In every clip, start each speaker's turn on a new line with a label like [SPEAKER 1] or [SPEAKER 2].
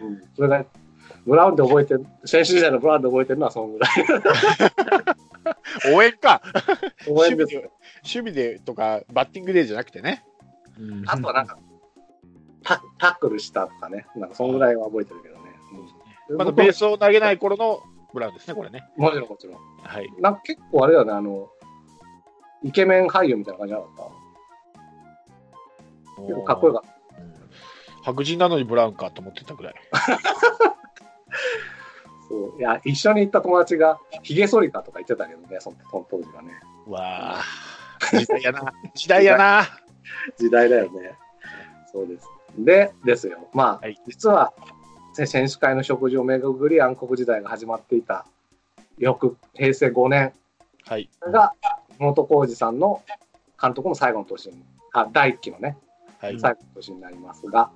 [SPEAKER 1] うんそれがブラウンで覚えてる、選手時代のブラウンで覚えてるのはそんぐらい。
[SPEAKER 2] 応援か
[SPEAKER 1] 応
[SPEAKER 2] 守
[SPEAKER 1] 援
[SPEAKER 2] 備
[SPEAKER 1] で
[SPEAKER 2] で、守備でとか、バッティングでじゃなくてね。
[SPEAKER 1] あとはなんか、タタックルしたとかね、なんかそんぐらいは覚えてるけどね。うん
[SPEAKER 2] まだベースを投げない頃のブラウンですね、これね。
[SPEAKER 1] もちろんもちろん。
[SPEAKER 2] はい。
[SPEAKER 1] なんか結構あれだよね、あの、イケメン俳優みたいな感じじゃなかっ
[SPEAKER 2] お
[SPEAKER 1] た結
[SPEAKER 2] ー
[SPEAKER 1] 構かっこよかった。
[SPEAKER 2] 白人なのにブラウンかと思ってたぐらい。
[SPEAKER 1] そういや、一緒に行った友達が、ヒゲ剃りかとか言ってたけどね、そのその当時はね。
[SPEAKER 2] わあ、時代やな。時代やな。
[SPEAKER 1] 時代だよね。そうです。で、ですよ。まあ、
[SPEAKER 2] はい
[SPEAKER 1] 実は、せ選手会の食事を巡り、暗黒時代が始まっていた、翌平成5年
[SPEAKER 2] はい。
[SPEAKER 1] が、元浩二さんの監督の最後の年に、あ、第1期のね、
[SPEAKER 2] はい。
[SPEAKER 1] 最後の年になりますが、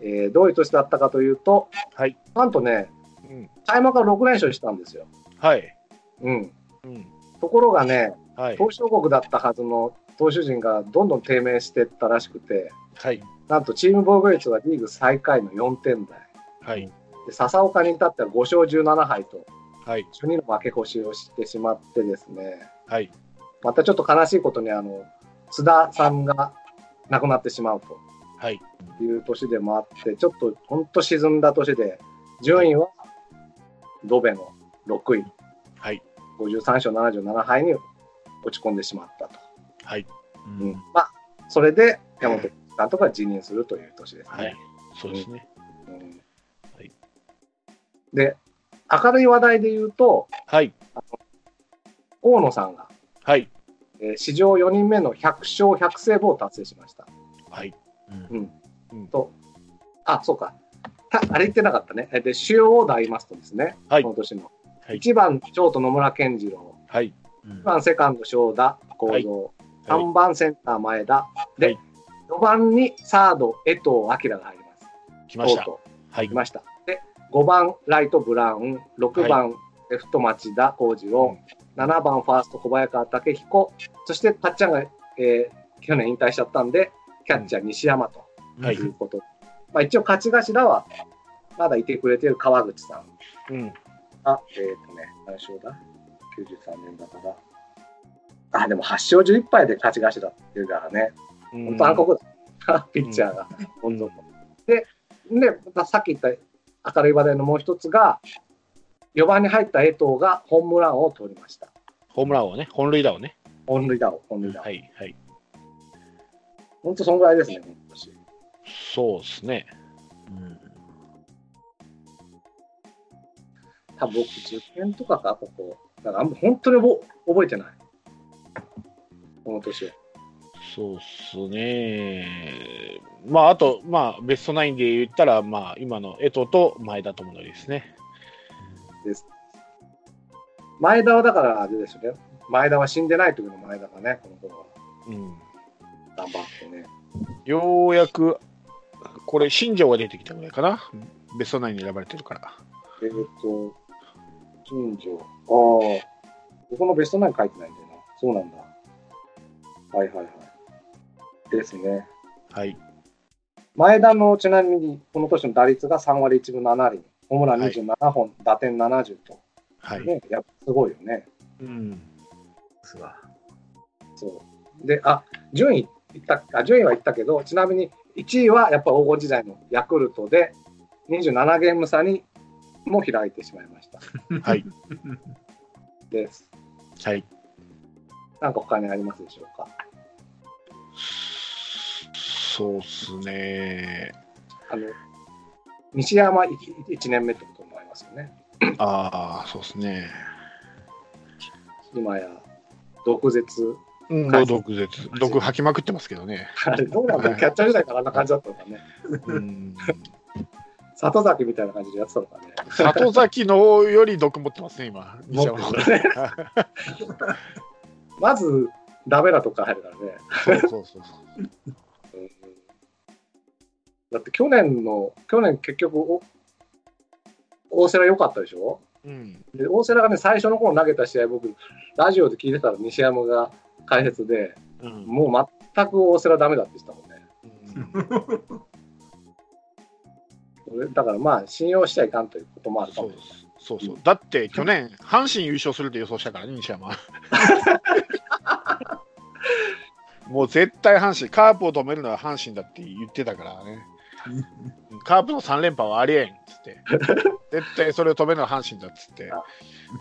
[SPEAKER 1] えーどういう年だったかというと、
[SPEAKER 2] はい。
[SPEAKER 1] なんとね、
[SPEAKER 2] うん。
[SPEAKER 1] 開幕から6連勝したんですよ。
[SPEAKER 2] はい。
[SPEAKER 1] うん。
[SPEAKER 2] うん。
[SPEAKER 1] ところがね、
[SPEAKER 2] はい。
[SPEAKER 1] 投手王国だったはずの投手陣がどんどん低迷していったらしくて、
[SPEAKER 2] はい。
[SPEAKER 1] なんとチーム防御率はリーグ最下位の4点台。
[SPEAKER 2] はい。
[SPEAKER 1] で、笹岡に至っては5勝17敗と、
[SPEAKER 2] はい。
[SPEAKER 1] 初任の負け越しをしてしまってですね、
[SPEAKER 2] はい。
[SPEAKER 1] またちょっと悲しいことに、あの、津田さんが亡くなってしまうと
[SPEAKER 2] はい。
[SPEAKER 1] いう年でもあって、ちょっと本当沈んだ年で、順位はドベの6位、
[SPEAKER 2] はい。
[SPEAKER 1] 53勝77敗に落ち込んでしまったと。
[SPEAKER 2] はい。
[SPEAKER 1] うんまあ、それで山本監督が辞任するという年ですね。
[SPEAKER 2] はい。そうですね。
[SPEAKER 1] うん
[SPEAKER 2] はい
[SPEAKER 1] で、明るい話題で言うと、
[SPEAKER 2] はい。
[SPEAKER 1] 大野さんが、
[SPEAKER 2] はい。
[SPEAKER 1] えー史上4人目の100勝100セーブを達成しました。
[SPEAKER 2] はい。
[SPEAKER 1] うん
[SPEAKER 2] うん
[SPEAKER 1] と、あ、そうか。たあれ言ってなかったね。えで、主要オーダー言いますとですね、
[SPEAKER 2] はい
[SPEAKER 1] この年の。
[SPEAKER 2] はい
[SPEAKER 1] 1番、ショート野村健次郎。
[SPEAKER 2] はい。
[SPEAKER 1] 2番、セカンド、正田、
[SPEAKER 2] は
[SPEAKER 1] 幸
[SPEAKER 2] い
[SPEAKER 1] 三。
[SPEAKER 2] はい
[SPEAKER 1] 3番、センター、前田。で、
[SPEAKER 2] はい
[SPEAKER 1] 4番にサード、江藤明が入ります。
[SPEAKER 2] 来ま
[SPEAKER 1] と
[SPEAKER 2] し
[SPEAKER 1] う
[SPEAKER 2] た
[SPEAKER 1] と。う
[SPEAKER 2] はい
[SPEAKER 1] い。ました。で、5番ライトブラウン、6番レフト町田浩二郎、7番ファースト小早川武彦、そしてたっちゃんが、えー去年引退しちゃったんで、キャッチャー西山と
[SPEAKER 2] はい
[SPEAKER 1] いうこと。まあ一応勝ち頭は、まだいてくれてる川口さん
[SPEAKER 2] うん。
[SPEAKER 1] が、えっ、とね、何勝だ ?93 年だから。あ、でも8勝11敗で勝ち頭っていうからね、本当暗黒だ、ピッチャーが。
[SPEAKER 2] うん
[SPEAKER 1] で、でまたさっき言った明るい話題のもう一つが、4番に入った江藤がホームランを取りました。
[SPEAKER 2] ホームランをね、本塁打をね。
[SPEAKER 1] 本塁打を、本塁打を。
[SPEAKER 2] はい。はい。
[SPEAKER 1] 本当、そんぐらいですね、今年。
[SPEAKER 2] そうですね。
[SPEAKER 1] 多分僕、10年とかか、ここ。だから、あんま本当に覚覚えてない。この年を。
[SPEAKER 2] そうっすね。まあ、あと、まあ、ベストナインで言ったら、まあ、今の江藤と前田智則ですね。
[SPEAKER 1] 前田はだから、あれですよね。前田は死んでない時の前田がね、この頃は
[SPEAKER 2] うん。
[SPEAKER 1] 頑張ってね。
[SPEAKER 2] ようやく、これ、新庄が出てきたぐらいかな。ベストナインに選ばれてるから。
[SPEAKER 1] えっ、と、近所。ああ、僕のベストナイン書いてないんだよな。そうなんだ。はいはいはい。ですね。
[SPEAKER 2] はい。
[SPEAKER 1] 前田のちなみに、この年の打率が3割1分7厘、ホームラン27本、打点70と、
[SPEAKER 2] はい。
[SPEAKER 1] ね、やっぱすごいよね。
[SPEAKER 2] うん。
[SPEAKER 1] そう。で、あ、順位いったあ、順位は言ったけど、ちなみに1位はやっぱ黄金時代のヤクルトで、27ゲーム差にも開いてしまいました。
[SPEAKER 2] はい。
[SPEAKER 1] です。
[SPEAKER 2] はい。
[SPEAKER 1] なんか他にありますでしょうか。
[SPEAKER 2] そうっすね。
[SPEAKER 1] あの西山1年目ってことになりますよね。
[SPEAKER 2] ああ、そうっすね。
[SPEAKER 1] 今や、毒舌。
[SPEAKER 2] うん、も
[SPEAKER 1] 解
[SPEAKER 2] う
[SPEAKER 1] 説
[SPEAKER 2] 毒舌。毒吐きまくってますけどね。
[SPEAKER 1] あれ、どうなんだろうキャッチャー時代からあんな感じだったのかね。
[SPEAKER 2] うん。
[SPEAKER 1] 里崎みたいな感じでやってたのかね。
[SPEAKER 2] 里崎の方より毒持ってますね、今。西山
[SPEAKER 1] 持
[SPEAKER 2] の
[SPEAKER 1] っ
[SPEAKER 2] 方
[SPEAKER 1] てるねまず、ダメだとか入るからね。
[SPEAKER 2] そうそうそう
[SPEAKER 1] う
[SPEAKER 2] そう。
[SPEAKER 1] んだって去年の、去年結局お、大瀬良良かったでしょ
[SPEAKER 2] うん。
[SPEAKER 1] で大瀬良がね、最初の頃投げた試合、僕、ラジオで聞いてたら西山が解説で、
[SPEAKER 2] うん。
[SPEAKER 1] もう全く大瀬良ダメだって言ってたもんね。
[SPEAKER 2] うん
[SPEAKER 1] それだからまあ、信用しちゃいかんということもあるか
[SPEAKER 2] そ
[SPEAKER 1] も
[SPEAKER 2] うですそうそうだって去年、阪神優勝すると予想したからね、西山。もう絶対阪神、カープを止めるのは阪神だって言ってたからね、カープの3連覇はありえんっつって、絶対それを止めるのは阪神だっつって、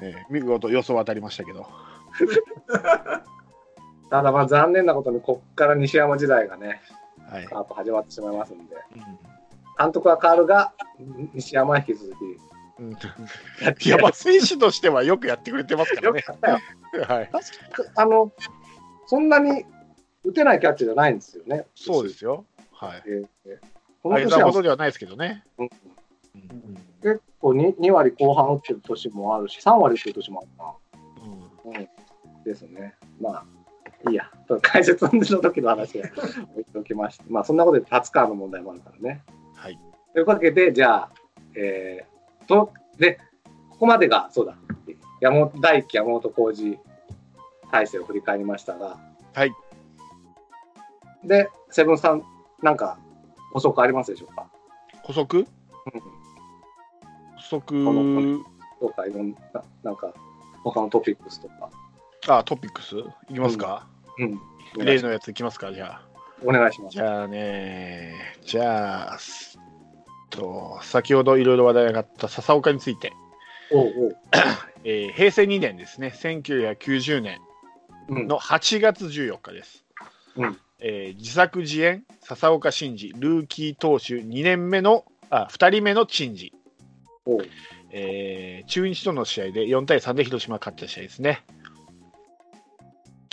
[SPEAKER 2] えー見事予想当たりましたけど、
[SPEAKER 1] ただまあ、残念なことに、こっから西山時代がね、
[SPEAKER 2] はい
[SPEAKER 1] カープ始まってしまいますんで、
[SPEAKER 2] う
[SPEAKER 1] 監督は変わるが、西山は引き続き
[SPEAKER 2] んうん、
[SPEAKER 1] やってやる。
[SPEAKER 2] 山選手としてはよくやってくれてますから
[SPEAKER 1] よく
[SPEAKER 2] ね。
[SPEAKER 1] やったよ。
[SPEAKER 2] はい、
[SPEAKER 1] あの、そんなに打てないキャッチャーじゃないんですよね。
[SPEAKER 2] そうですよ。はい。
[SPEAKER 1] ええこの
[SPEAKER 2] あげ
[SPEAKER 1] 年
[SPEAKER 2] た
[SPEAKER 1] は
[SPEAKER 2] ことではないですけどね。
[SPEAKER 1] うん
[SPEAKER 2] うん
[SPEAKER 1] 結構 2, 2割後半打ってる年もあるし、3割打ってる年もあ
[SPEAKER 2] うん
[SPEAKER 1] るな。ですね。まあ、いいや。解説の時の話は置いておきまして。まあ、そんなことで立川の問題もあるからね。
[SPEAKER 2] はい。
[SPEAKER 1] というわけで、じゃあ、えー、と、で、ここまでが、そうだ、山本大輝、山本浩二体制を振り返りましたが、
[SPEAKER 2] はい。
[SPEAKER 1] で、セブンさん、なんか、補足ありますでしょうか
[SPEAKER 2] 補足
[SPEAKER 1] うん
[SPEAKER 2] 補
[SPEAKER 1] この
[SPEAKER 2] 足
[SPEAKER 1] とか、いろんな、なんか、他のトピックスとか。
[SPEAKER 2] あ、トピックスいきますか、
[SPEAKER 1] うん。お願い
[SPEAKER 2] 例
[SPEAKER 1] し
[SPEAKER 2] のやついきますかじゃあ。
[SPEAKER 1] お願いします
[SPEAKER 2] じ。ゃあね、じゃあ、すと先ほどいろいろ話題が上がった笹岡について、
[SPEAKER 1] おうおう。
[SPEAKER 2] えー平成2年ですね、1990年
[SPEAKER 1] うん。
[SPEAKER 2] の8月14日です。
[SPEAKER 1] うん
[SPEAKER 2] えー自作自演、笹岡真二、ルーキー投手2年目の、あ2人目の珍事、
[SPEAKER 1] おう
[SPEAKER 2] えー中日との試合で4対3で広島が勝った試合ですね、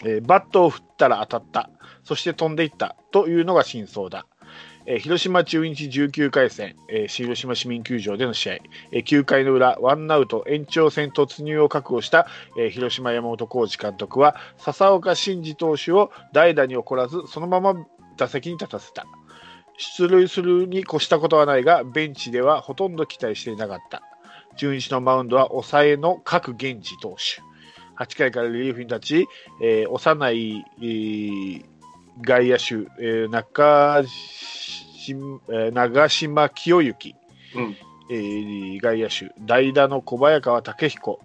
[SPEAKER 2] えーバットを振ったら当たった、そして飛んでいったというのが真相だ。えー広島中日19回戦、えー広島市民球場での試合、えー9回の裏、ワンアウト延長戦突入を覚悟した、えー広島山本浩二監督は、笹岡慎二投手を代打に怒らず、そのまま打席に立たせた。出塁するに越したことはないが、ベンチではほとんど期待していなかった。中日のマウンドは抑えの各源氏投手。8回からリリーフに立ち、えー幼い、えー外野手、えー中しえー長島清之、
[SPEAKER 1] うん。
[SPEAKER 2] えー外野手、代打の小早川武彦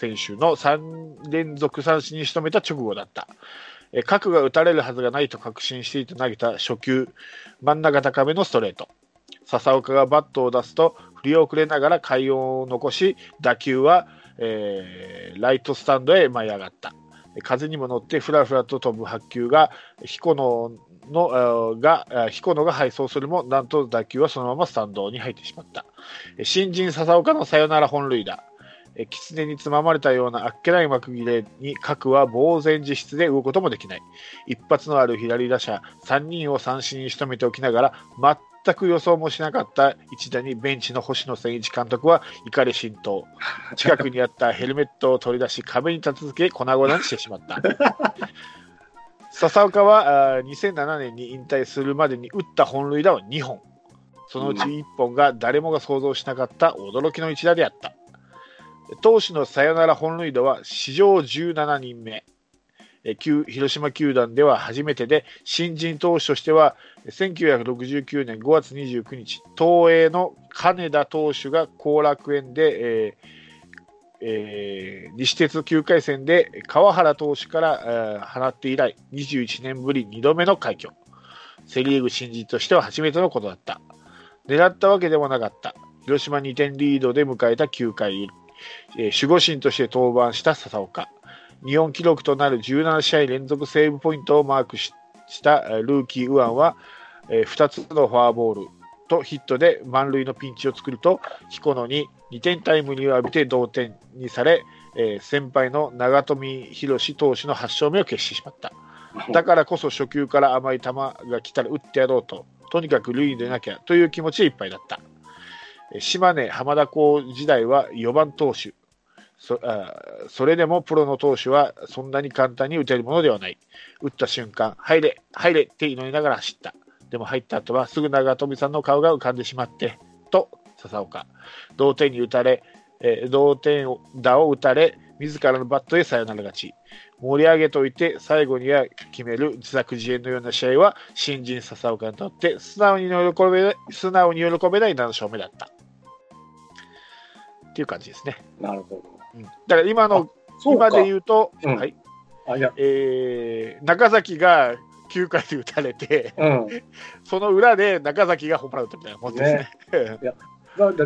[SPEAKER 2] 選手の3連続三振に仕留めた直後だった。えー角が打たれるはずがないと確信していて投げた初球、真ん中高めのストレート。笹岡がバットを出すと、振り遅れながら快音を残し、打球は、えーライトスタンドへ舞い上がった。風にも乗ってふらふらと飛ぶ白球が彦野のあーがあー彦野が敗走するもなんと打球はそのままスタンドに入ってしまった。え新人笹岡のサヨナラ本塁打。え狐につままれたようなあっけない幕切れに核は呆然自失で動くこともできない。一発のある左打者3人を三振に仕留めておきながら全く予想もしなかった一打にベンチの星野千一監督は怒り心頭。近くにあったヘルメットを取り出し壁に立て続け粉々にしてしまった。笹岡はあー2007年に引退するまでに打った本塁打は2本そのうち1本が誰もが想像しなかった驚きの一打であった投手のサヨナラ本塁打は史上17人目え旧広島球団では初めてで新人投手としては1969年5月29日東映の金田投手が後楽園で、えーえー西鉄9回戦で川原投手から、えー放って以来21年ぶり2度目の快挙セ・リーグ新人としては初めてのことだった狙ったわけでもなかった広島2点リードで迎えた9回、えー守護神として登板した笹岡日本記録となる17試合連続セーブポイントをマークししたえールーキー右腕は、えー2つのフォアボールとヒットで満塁のピンチを作ると彦野に2点タイムリーを浴びて同点にされ、えー先輩の長富宏投手の8勝目を決してしまっただからこそ初球から甘い球が来たら打ってやろうととにかく塁に出なきゃという気持ちでいっぱいだったえー島根浜田校時代は4番投手そあーそれでもプロの投手はそんなに簡単に打てるものではない打った瞬間入れ入れって祈りながら走ったでも入った後はすぐ長富さんの顔が浮かんでしまってと笹岡同点に打たれ、えー同点打を打たれ自らのバットでサヨナラ勝ち。盛り上げといて、最後には決める自作自演のような試合は、新人笹岡にとって素直に喜べない、素直に喜べない7勝目だった。っていう感じですね。
[SPEAKER 1] なるほど。
[SPEAKER 2] うん、だから今の、
[SPEAKER 1] そう
[SPEAKER 2] 今
[SPEAKER 1] か。
[SPEAKER 2] で言うと、
[SPEAKER 1] うん
[SPEAKER 2] はい
[SPEAKER 1] あ、いや、
[SPEAKER 2] えー中崎が9回で打たれて、
[SPEAKER 1] うん。
[SPEAKER 2] その裏で中崎がホームラン打ったみたいなもんですね。
[SPEAKER 1] だって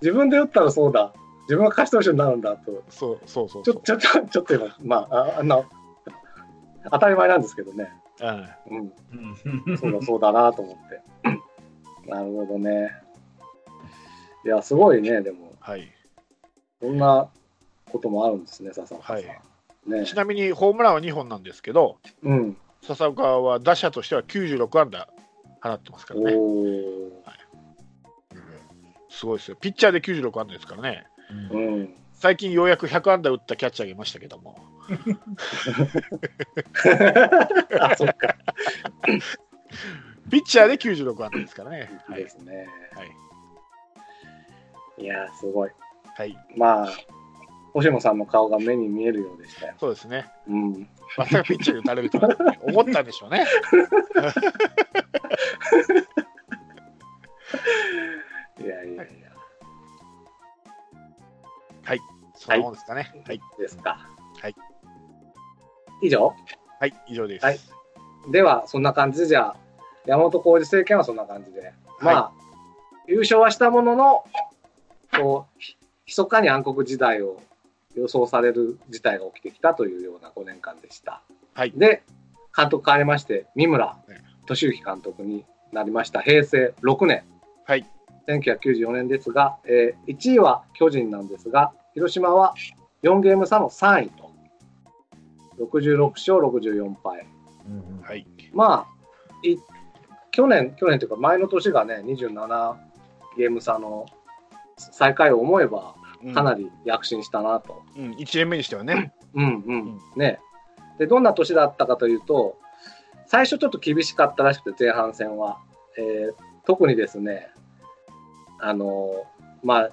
[SPEAKER 1] 自分で打ったらそうだ。自分が勝ち投手になるんだと。
[SPEAKER 2] そうそうそう
[SPEAKER 1] ち
[SPEAKER 2] そ
[SPEAKER 1] ょ、
[SPEAKER 2] う。
[SPEAKER 1] ちょ、ちょ、ちょっと今、まあ、ああの、当たり前なんですけどね。
[SPEAKER 2] うん
[SPEAKER 1] うん。
[SPEAKER 3] うん
[SPEAKER 1] そうだ、そうだなと思って。 なるほどね。いや、すごいね、でも。
[SPEAKER 2] はい
[SPEAKER 1] そんなこともあるんですね、笹岡さん。
[SPEAKER 2] はい
[SPEAKER 1] ね。
[SPEAKER 2] ちなみにホームランは2本なんですけど、
[SPEAKER 1] うん。
[SPEAKER 2] 笹岡は打者としては96安打放ってますから
[SPEAKER 1] お
[SPEAKER 2] ね、
[SPEAKER 1] ー。
[SPEAKER 2] すごいですよ、ピッチャーで96安打ですからね、
[SPEAKER 1] うん。
[SPEAKER 2] 最近ようやく100安打打ったキャッチャーがいましたけども、
[SPEAKER 1] あ、そっか。
[SPEAKER 2] ピッチャーで96安打ですからね、
[SPEAKER 1] いい
[SPEAKER 2] はい
[SPEAKER 1] で、すね。
[SPEAKER 2] はい
[SPEAKER 1] いやー、すごい。
[SPEAKER 2] はい、
[SPEAKER 1] まあ、星野さんの顔が目に見えるようでしたよ。
[SPEAKER 2] そうですね、
[SPEAKER 1] うん。
[SPEAKER 2] まさかピッチャーで打たれるとはね思ったんでしょうね、
[SPEAKER 1] いやいやいや。
[SPEAKER 2] そんなもんですかね、はい、
[SPEAKER 1] ですか。
[SPEAKER 2] はい。
[SPEAKER 1] 以上
[SPEAKER 2] はい、以上です。
[SPEAKER 1] はいでは、そんな感じで、じゃあ、山本浩二政権はそんな感じで。まあ、優勝はしたものの、こう、ひ密かに暗黒時代を予想される事態が起きてきたというような5年間でした。
[SPEAKER 2] はい
[SPEAKER 1] で、監督変わりまして、三村
[SPEAKER 2] ね
[SPEAKER 1] 敏之監督になりました。平成6年。
[SPEAKER 2] はい。
[SPEAKER 1] 1994年ですが、えー1位は巨人なんですが、広島は4ゲーム差の3位と。66勝64敗。
[SPEAKER 3] うん
[SPEAKER 2] はい
[SPEAKER 1] まあ、い去年、去年というか、前の年がね、27ゲーム差の最下位を思えば、
[SPEAKER 2] うん
[SPEAKER 1] かなり躍進したなと。
[SPEAKER 2] うん、1年目にしてはね、
[SPEAKER 1] うんうん、
[SPEAKER 2] ん
[SPEAKER 1] ね。で、どんな年だったかというと、最初ちょっと厳しかったらしくて、前半戦は。えー特にですね、あのーまあ、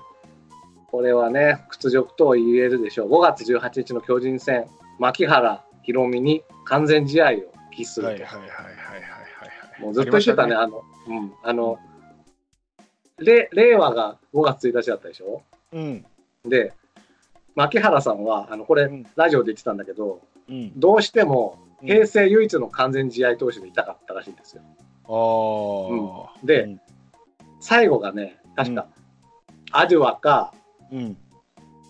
[SPEAKER 1] これはね、屈辱と言えるでしょう。5月18日の巨人戦、牧原宏美に完全試合を喫すると。
[SPEAKER 2] はいはいはいはいはいはい、
[SPEAKER 1] もうずっと言ってたね、
[SPEAKER 2] あ
[SPEAKER 1] あの、うん、あの、れ令和が5月1日だったでしょ
[SPEAKER 2] りましたね
[SPEAKER 1] で、牧原さんは、あの、こ
[SPEAKER 2] う
[SPEAKER 1] れ
[SPEAKER 2] ん、
[SPEAKER 1] ラジオで言ってたんだけど、
[SPEAKER 2] うん、うん、
[SPEAKER 1] どうしても、
[SPEAKER 2] うん
[SPEAKER 1] 平成唯一の完全試合投手でいたかったらしいんですよ。
[SPEAKER 2] あー
[SPEAKER 1] で、
[SPEAKER 2] うん
[SPEAKER 1] 最後がね、確か、アデュアか、
[SPEAKER 2] うん、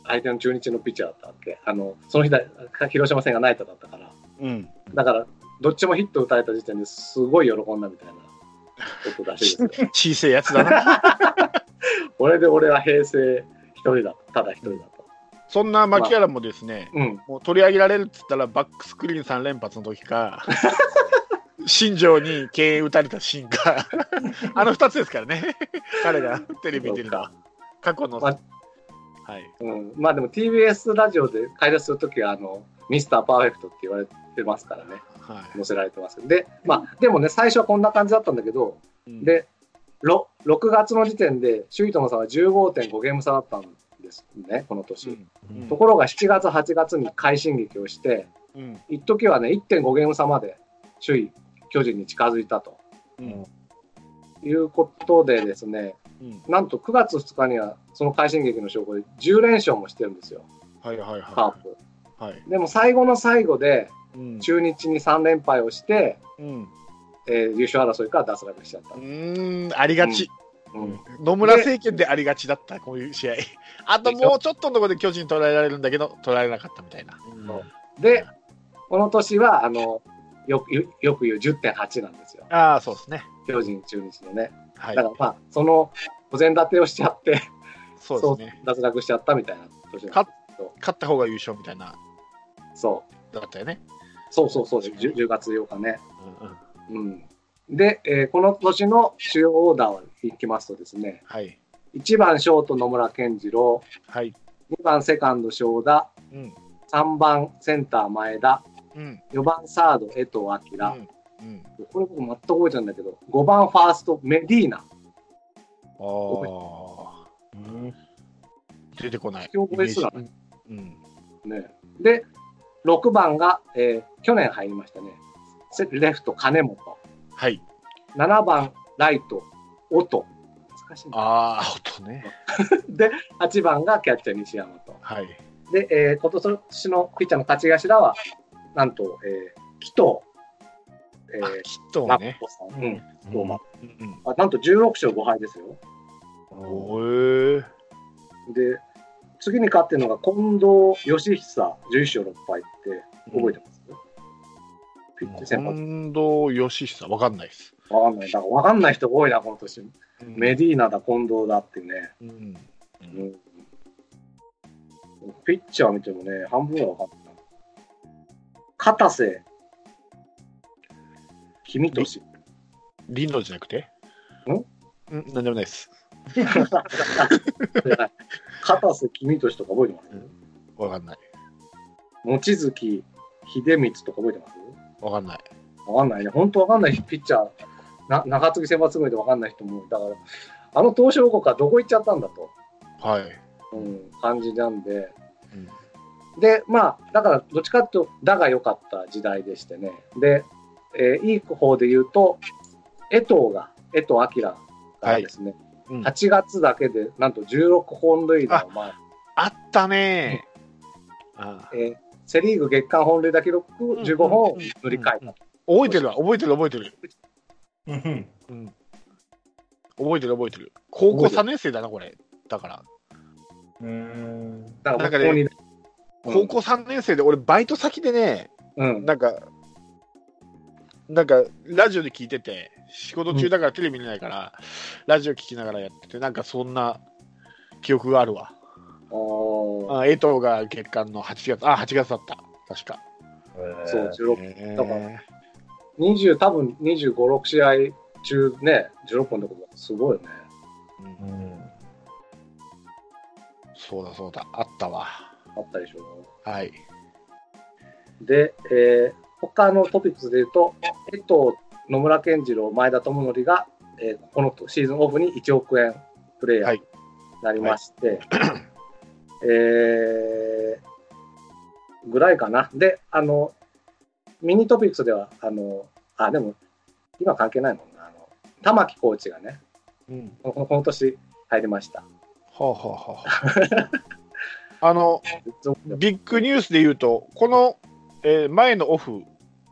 [SPEAKER 1] 相手の中日のピッチャーだったわけ。あの、その日だ、広島戦がナイターだったから。
[SPEAKER 2] うん、
[SPEAKER 1] だから、どっちもヒット打たれた時点ですごい喜んだみたいなことらしいですよ。
[SPEAKER 2] 小さいやつだな。
[SPEAKER 1] これで俺は平成一人だと、ただ一人だと。
[SPEAKER 2] そんな牧原もですね、
[SPEAKER 1] うん、
[SPEAKER 2] もう取り上げられるっつったら、バックスクリーン3連発の時か、新庄に敬遠打たれたシーンか、あの2つですからね、彼がテレビ見てるのは、過去の、
[SPEAKER 1] ま
[SPEAKER 2] はい、
[SPEAKER 1] うん、まあでも TBS ラジオで解説するときはあのミスターパーフェクトって言われてますからね
[SPEAKER 2] は
[SPEAKER 1] 載せられてますけどでまあでもね最初はこんな感じだったんだけど
[SPEAKER 2] い、うん、
[SPEAKER 1] で 6, 6月の時点で首位との差は15.5ゲーム差だったんですねこの
[SPEAKER 2] う
[SPEAKER 1] 年、
[SPEAKER 2] ん、
[SPEAKER 3] うん
[SPEAKER 1] ところが7月8月に快進撃をして
[SPEAKER 2] うん、
[SPEAKER 1] 一時はね1.5ゲーム差まで首位巨人に近づいたと
[SPEAKER 2] うん、
[SPEAKER 1] いうことでですね
[SPEAKER 2] うん、
[SPEAKER 1] なんと9月2日にはその快進撃の証拠で10連勝もしてるんですよ
[SPEAKER 2] はいはい
[SPEAKER 1] カー
[SPEAKER 2] は
[SPEAKER 1] プ。
[SPEAKER 2] い、はい、
[SPEAKER 1] でも最後の最後で
[SPEAKER 2] うん、
[SPEAKER 1] 中日に3連敗をして、
[SPEAKER 2] うん、
[SPEAKER 1] えー優勝争いから脱落しちゃった
[SPEAKER 2] う、ーん、ありがち、
[SPEAKER 1] うん
[SPEAKER 2] 野村政権でありがちだった、こういう試合、 あともうちょっとのところで巨人捉えられるんだけど、捉えなかったみたいな。
[SPEAKER 1] でこの年はあのよくよよく言う10.8なんですよ
[SPEAKER 2] ああ、そうですね。
[SPEAKER 1] 巨人中日のねだ
[SPEAKER 2] はい
[SPEAKER 1] か、らまあそのお膳立てをしちゃって
[SPEAKER 2] そうですね。
[SPEAKER 1] 脱落しちゃったみたいな年なん
[SPEAKER 2] 勝
[SPEAKER 1] で
[SPEAKER 2] 勝った方が優勝みたいな、
[SPEAKER 1] すそう
[SPEAKER 2] だったよね。
[SPEAKER 1] そうそうそうです 10, 10月8日ね、
[SPEAKER 2] うんうん、
[SPEAKER 1] うん、で、えーこの年の主要オーダーをいきますとですね
[SPEAKER 2] はい。
[SPEAKER 1] 1番ショート野村健次郎
[SPEAKER 2] はい。
[SPEAKER 1] 2番セカンド正田
[SPEAKER 2] うん。
[SPEAKER 1] 3番センター前田
[SPEAKER 2] うん。
[SPEAKER 1] 4番サード、江藤
[SPEAKER 2] う
[SPEAKER 1] 晃、
[SPEAKER 2] ん。うん、
[SPEAKER 1] これ僕全く覚えてないんだけど、5番ファースト、メディーナ。
[SPEAKER 2] ああ。出てこない。
[SPEAKER 1] 聞き覚えすら
[SPEAKER 2] イメージうん。
[SPEAKER 1] ね。で、6番が、えー去年入りましたね。セレフト、金本。
[SPEAKER 2] はい。
[SPEAKER 1] 7番、ライト、音。難しいな
[SPEAKER 2] ああ、とね。
[SPEAKER 1] で、8番がキャッチャー、西山と。
[SPEAKER 2] はい。
[SPEAKER 1] で、えー今年のピッチャーの勝ち頭は、なんと、えー、紀藤、
[SPEAKER 2] あ
[SPEAKER 1] え
[SPEAKER 2] きっと
[SPEAKER 1] ー、
[SPEAKER 2] ね。
[SPEAKER 1] 子さん。うん。どうも
[SPEAKER 2] うん。
[SPEAKER 1] あなんと16勝5敗ですよ。
[SPEAKER 2] おーえ
[SPEAKER 1] で、次に勝ってるのが近藤義久、11勝6敗って覚えてます、ピッチ先輩。
[SPEAKER 2] 近藤義久、わかんないです。
[SPEAKER 1] わかんない。だからわかんない人多いな、この年。メ
[SPEAKER 2] デ
[SPEAKER 1] ディーナだ、近藤だってね。
[SPEAKER 2] ィ。
[SPEAKER 1] うん。ピッチャー見てもね、半分は分かった。片瀬、君と し。
[SPEAKER 2] 林道じゃなくて
[SPEAKER 1] ん
[SPEAKER 2] うん、なんでもないです。
[SPEAKER 1] 片瀬、君としとか覚えてます、
[SPEAKER 2] わかんない。
[SPEAKER 1] 望月、秀光とか覚えてます
[SPEAKER 2] わかんない。
[SPEAKER 1] わかんないね。本当わかんないピッチャー、な中継ぎ先発ぐらいでわかんない人も、だから、あの投手王国はどこ行っちゃったんだと、
[SPEAKER 2] はい。
[SPEAKER 1] うん、感じなんで。
[SPEAKER 2] うん
[SPEAKER 1] で、まあ、だから、どっちかっていうと、だが良かった時代でしてね。で、えーいい方で言うと、江藤が、江藤明がですね、
[SPEAKER 2] うん
[SPEAKER 1] 8月だけで、なんと16本塁打を、まあ
[SPEAKER 2] あったねー。あ
[SPEAKER 1] えーセ・リーグ月間本塁打記録
[SPEAKER 2] ん
[SPEAKER 1] 15本を塗り替えた。
[SPEAKER 2] ー覚えてるわ、覚えてる、覚えてる。
[SPEAKER 3] うん
[SPEAKER 2] うん。覚えてる、覚えてる。高校3年生だな、これ。だから、
[SPEAKER 3] うん。
[SPEAKER 1] だから、
[SPEAKER 2] なんか
[SPEAKER 1] ここに、
[SPEAKER 2] 高校3年生で、俺、バイト先でね、
[SPEAKER 1] うん、
[SPEAKER 2] なんか、なんか、ラジオで聞いてて、仕事中だからテレビ見れないから、ラジオ聞きながらやってて、なんかそんな記憶があるわ。
[SPEAKER 1] おー
[SPEAKER 2] あ江藤が月間の8月、あ、8月だった。確か。
[SPEAKER 1] そう、16
[SPEAKER 2] え
[SPEAKER 1] だから20多分25、6試合中ね、16本ってことすごいよね。
[SPEAKER 2] うん
[SPEAKER 3] うん。
[SPEAKER 2] そうだそうだ、あったわ。
[SPEAKER 1] あったでしょ。
[SPEAKER 2] はい。
[SPEAKER 1] で、えー他のトピックスで言うと、江藤、野村健次郎、前田智則が、えーこのシーズンオフに1億円プレイヤーになりまして、えーぐらいかな。で、あの、ミニトピックスでは、あの、あ、でも、今関係ないもんな。あの玉木コーチがね、
[SPEAKER 2] うん、
[SPEAKER 1] このこの年入りました。
[SPEAKER 2] はあはあは あ。あの、ビッグニュースで言うと、この、えー前のオフ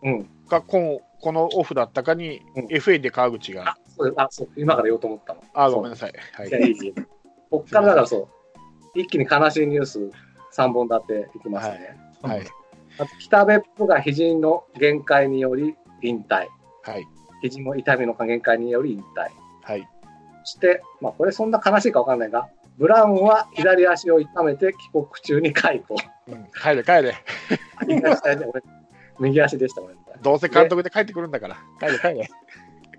[SPEAKER 1] うん。
[SPEAKER 2] が今、このオフだったかに、
[SPEAKER 1] うん
[SPEAKER 2] FA で川口が、
[SPEAKER 1] あ、そう、あ、そう、今から言おうと思ったの。
[SPEAKER 2] あ、ごめんなさい。はい
[SPEAKER 1] いや、いいいいこっからだからそう、一気に悲しいニュース3本立ていきますね。
[SPEAKER 3] い
[SPEAKER 2] はい。
[SPEAKER 1] あと北別府が肘の限界により引退。
[SPEAKER 2] はい。
[SPEAKER 1] 肘の痛みの限界により引退。
[SPEAKER 2] はい。
[SPEAKER 1] そして、まあ、これそんな悲しいかわかんないが、ブラウンは左足を痛めて帰国中に解雇。
[SPEAKER 2] うん、帰れ、帰れ。
[SPEAKER 1] 右足だね俺右足でした、ごめんなさい
[SPEAKER 2] どうせ監督で帰ってくるんだから。帰れ、帰れ。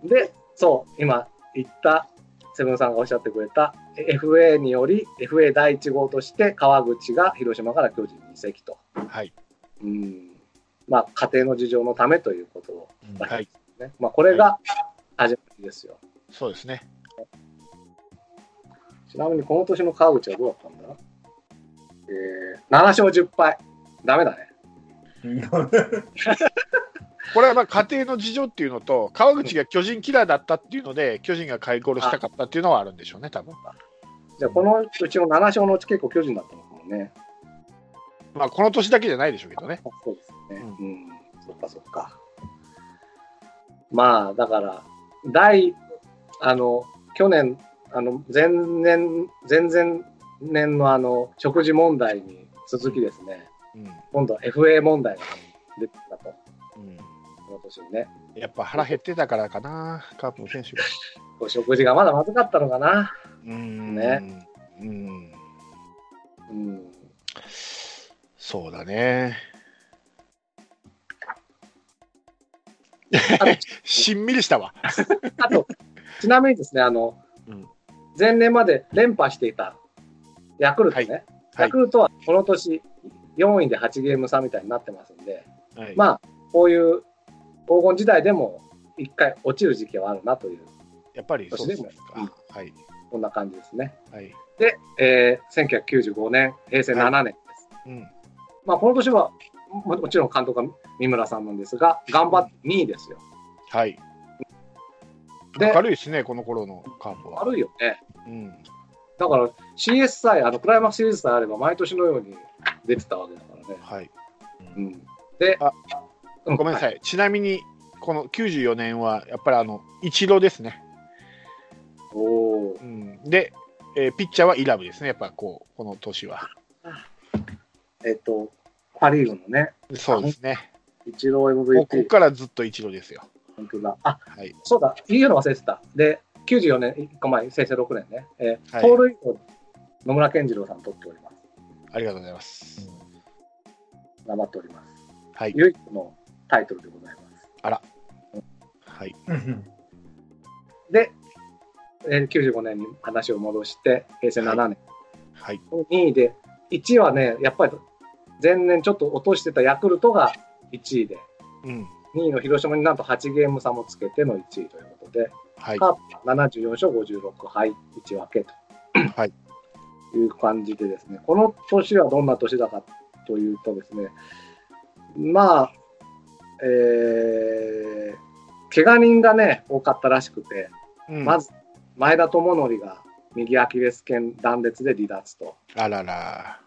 [SPEAKER 1] で、そう、今言った、セブンさんがおっしゃってくれた、え FA により、FA 第1号として、川口が広島から巨人に移籍と。
[SPEAKER 2] はい。
[SPEAKER 1] うん。まあ、家庭の事情のためということだけ
[SPEAKER 2] は
[SPEAKER 1] で
[SPEAKER 2] い。
[SPEAKER 1] すね。まあ、これが始まりですよ。
[SPEAKER 2] そうですね。
[SPEAKER 1] ちなみに、この年の川口はどうだったんだえー、7勝10敗。ダメだね。
[SPEAKER 2] これはまあ家庭の事情っていうのと、川口が巨人キラーだったっていうので、巨人が買い殺したかったっていうのはあるんでしょうね、多分
[SPEAKER 1] じゃあ、このうちの7勝のうち結構巨人だったのかもね。
[SPEAKER 2] まあこの年だけじゃないでしょうけどね。
[SPEAKER 1] そうですね。
[SPEAKER 2] う
[SPEAKER 1] うん。そっかそっか。まあ、だから、第、あの、去年、あの、前年、前々年のあの、食事問題に続きですね、
[SPEAKER 2] うん
[SPEAKER 1] 今度は FA 問題が出てきたと、
[SPEAKER 2] う
[SPEAKER 1] この年にね。
[SPEAKER 2] ん、やっぱ腹減ってたからかな、カープの選手が。
[SPEAKER 1] こう食事がまだまずかったのかな。
[SPEAKER 2] うん
[SPEAKER 1] ね。
[SPEAKER 2] うん、
[SPEAKER 1] うん。
[SPEAKER 2] そうだね。 しんみりしたわ。
[SPEAKER 1] あと、ちなみにですね、あの、
[SPEAKER 2] うん
[SPEAKER 1] 前年まで連覇していたヤクルトね、
[SPEAKER 2] はい
[SPEAKER 1] ヤクルトはこの年4位で8ゲーム差みたいになってますんで、
[SPEAKER 2] はい
[SPEAKER 1] まあ、こういう黄金時代でも一回落ちる時期はあるなという、
[SPEAKER 2] やっぱりそうですか
[SPEAKER 1] うん。
[SPEAKER 2] はい。
[SPEAKER 1] こんな感じですね。
[SPEAKER 2] はい。
[SPEAKER 1] で、えー1995年、平成7年です。
[SPEAKER 2] うん。
[SPEAKER 1] まあ、この年はももちろん監督は三村さんなんですが、頑張って2位ですよ。
[SPEAKER 2] はい。
[SPEAKER 1] で、
[SPEAKER 2] 明るいですね、この頃のカープは。
[SPEAKER 1] 悪いよね。
[SPEAKER 2] うん。
[SPEAKER 1] だから CS さえ、あのクライマックスシリーズさえあれば、毎年のように出てたわけだからね。
[SPEAKER 2] はい。
[SPEAKER 1] うん、で
[SPEAKER 2] あ、
[SPEAKER 1] う
[SPEAKER 2] ごめんなさ。
[SPEAKER 1] はい
[SPEAKER 2] ちなみに、この94年は、やっぱりあの、イチローですね。
[SPEAKER 1] おー
[SPEAKER 2] うん。で、えーピッチャーはイラブですね。やっぱこう、この年は。
[SPEAKER 1] えっと、パ・リーグのね、
[SPEAKER 2] そうですね。
[SPEAKER 1] イチロー
[SPEAKER 2] もうここ
[SPEAKER 1] MVP、
[SPEAKER 2] からずっとイチローですよ。
[SPEAKER 1] 本当だ。あ、
[SPEAKER 2] はい。
[SPEAKER 1] そうだ、言うの忘れてた。で、94年、1個前、平成6年ね、えー
[SPEAKER 2] はい
[SPEAKER 1] 盗塁王、野村健次郎さん取っております。
[SPEAKER 2] ありがとうございます。
[SPEAKER 1] 頑張っております。
[SPEAKER 2] はい。
[SPEAKER 1] 唯一のタイトルでございます。
[SPEAKER 2] はい。
[SPEAKER 1] で、えー95年に話を戻して、平成7年、
[SPEAKER 2] はい。
[SPEAKER 1] 2位で、1位はね、やっぱり前年ちょっと落としてたヤクルトが1位で、
[SPEAKER 2] うん。
[SPEAKER 1] 2位の広島になんと8ゲーム差もつけての1位ということで、
[SPEAKER 2] はい。
[SPEAKER 1] カープは74勝56敗、1分け
[SPEAKER 2] はい。
[SPEAKER 1] という感じでですね、この年はどんな年だかというとですね、まあ、えー、怪我人がね、多かったらしくて、
[SPEAKER 2] うん
[SPEAKER 1] まず前田智則が右アキレス腱断裂で離脱と、
[SPEAKER 2] あらら。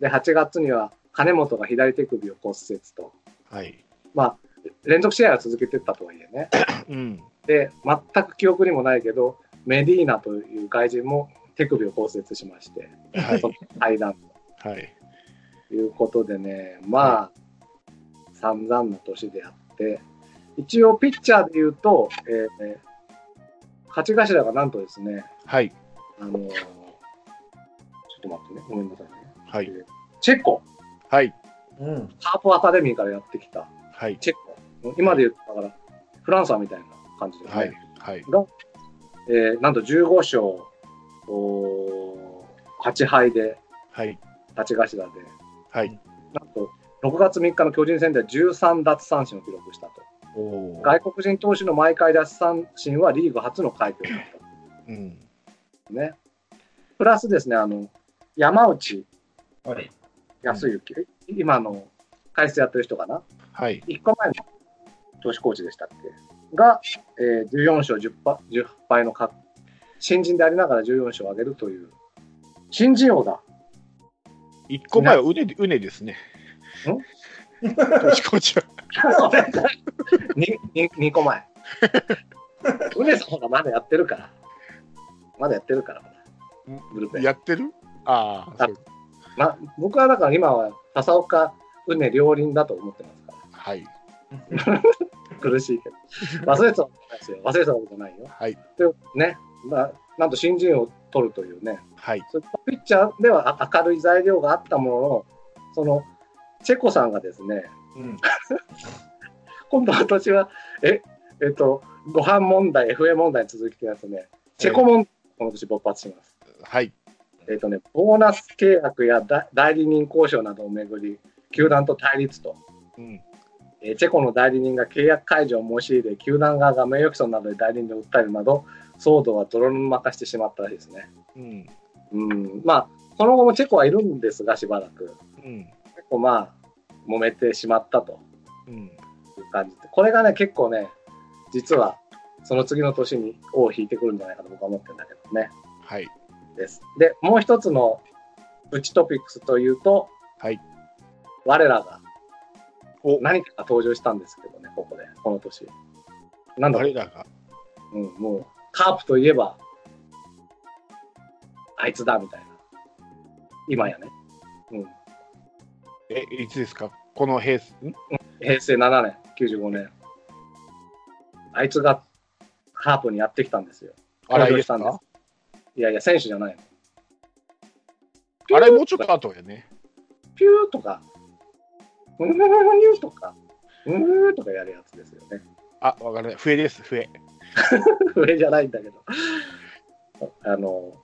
[SPEAKER 1] で8月には金本が左手首を骨折と、
[SPEAKER 2] はい。
[SPEAKER 1] まあ、連続試合は続けてったとはいえね、
[SPEAKER 2] うん。
[SPEAKER 1] で全く記憶にもないけど、メディーナという外人も手首を骨折しまして、
[SPEAKER 2] はい
[SPEAKER 1] そ。の対談
[SPEAKER 2] はい。
[SPEAKER 1] ということでね、まあ、散々な年であって、一応、ピッチャーで言うと、えー勝ち頭がなんとですね、
[SPEAKER 2] はい。
[SPEAKER 1] あのーちょっと待ってね、ごめんなさいね。
[SPEAKER 2] はい。
[SPEAKER 1] チェコ、
[SPEAKER 2] はい。
[SPEAKER 3] うん。
[SPEAKER 1] ハープアカデミーからやってきた
[SPEAKER 2] はい。
[SPEAKER 1] チェコ、今で言ったから、フランサーみたいな感じで、ね
[SPEAKER 2] はい。はい。
[SPEAKER 1] えーなんと15勝おー8敗で、
[SPEAKER 2] はい。
[SPEAKER 1] 勝ち頭で、
[SPEAKER 2] はい。
[SPEAKER 1] なんと6月3日の巨人戦では13奪三振を記録したと。
[SPEAKER 2] おおー。
[SPEAKER 1] 外国人投手の毎回奪三振はリーグ初の快挙だったんで
[SPEAKER 2] うん。
[SPEAKER 1] すね。プラスですね、あの山内
[SPEAKER 3] はい。
[SPEAKER 1] 康之、今の解説やってる人かな、
[SPEAKER 2] はい。
[SPEAKER 1] 1個前の投手コーチでしたっけ、が、えー14勝10敗 ,10 敗の勝新人でありながら14勝を挙げるという、新人王だ、
[SPEAKER 2] 一個前はうねで、うねですね。
[SPEAKER 1] ん
[SPEAKER 2] 年越しは。
[SPEAKER 1] 2, 個前。ウネさんがまだやってるから、まだやってるから、ブルペン。
[SPEAKER 2] やってるああ、
[SPEAKER 1] あ
[SPEAKER 2] そう
[SPEAKER 1] ま、僕はだから今は笹岡、うね両輪だと思ってますか
[SPEAKER 2] はい。
[SPEAKER 1] ら、苦しいけど、 忘れてたわけじゃないですよ、忘れてたわけじゃないよ。
[SPEAKER 2] はい。
[SPEAKER 1] でね、まあ、なんと新人を取るというね、
[SPEAKER 2] はい。
[SPEAKER 1] そういったピッチャーではあ明るい材料があったものの、そのチェコさんがですね、
[SPEAKER 3] うん。
[SPEAKER 1] 今度私は、え、えっと、ご飯問題、FA 問題に続きますね、チェコ問題、この年勃発します。
[SPEAKER 2] はい。
[SPEAKER 1] えっとね、ボーナス契約やだ代理人交渉などをめぐり、球団と対立と、
[SPEAKER 2] うん。
[SPEAKER 1] えーチェコの代理人が契約解除を申し入れ、球団側が名誉毀損などで代理人を訴えるなど、騒動は泥沼化してしまったらしいですね。
[SPEAKER 2] うん。
[SPEAKER 1] うん、まあ、その後もチェコはいるんですが、しばらく、
[SPEAKER 2] うん。
[SPEAKER 1] 結構まあ、揉めてしまったと
[SPEAKER 2] うん。
[SPEAKER 1] いう感じで、これがね、結構ね、実は、その次の年に王を引いてくるんじゃないかと僕は思ってるんだけどね。
[SPEAKER 2] はい。
[SPEAKER 1] です。で、もう一つのプチトピックスというと、
[SPEAKER 2] はい。
[SPEAKER 1] 我らが
[SPEAKER 2] お、
[SPEAKER 1] 何かが登場したんですけどね、ここで、この年。なんだ
[SPEAKER 2] あ
[SPEAKER 1] ろう
[SPEAKER 2] れ、だか。
[SPEAKER 1] うん、もう、カープといえば、あいつだみたいな。今やね。うん。
[SPEAKER 2] え、いつですかこの平成、ん
[SPEAKER 1] 平成7年、95年。あいつがカープにやってきたんですよ。
[SPEAKER 2] 荒井
[SPEAKER 1] 登場
[SPEAKER 2] です
[SPEAKER 1] したんです
[SPEAKER 2] か。
[SPEAKER 1] いやいや、選手じゃないの。
[SPEAKER 2] 荒井もうちょっと後やね。
[SPEAKER 1] ピューとか、うーんとか、うーとかやるやつですよね。
[SPEAKER 2] あ、わからない。笛です、笛。
[SPEAKER 1] 上じゃないんだけど。あの、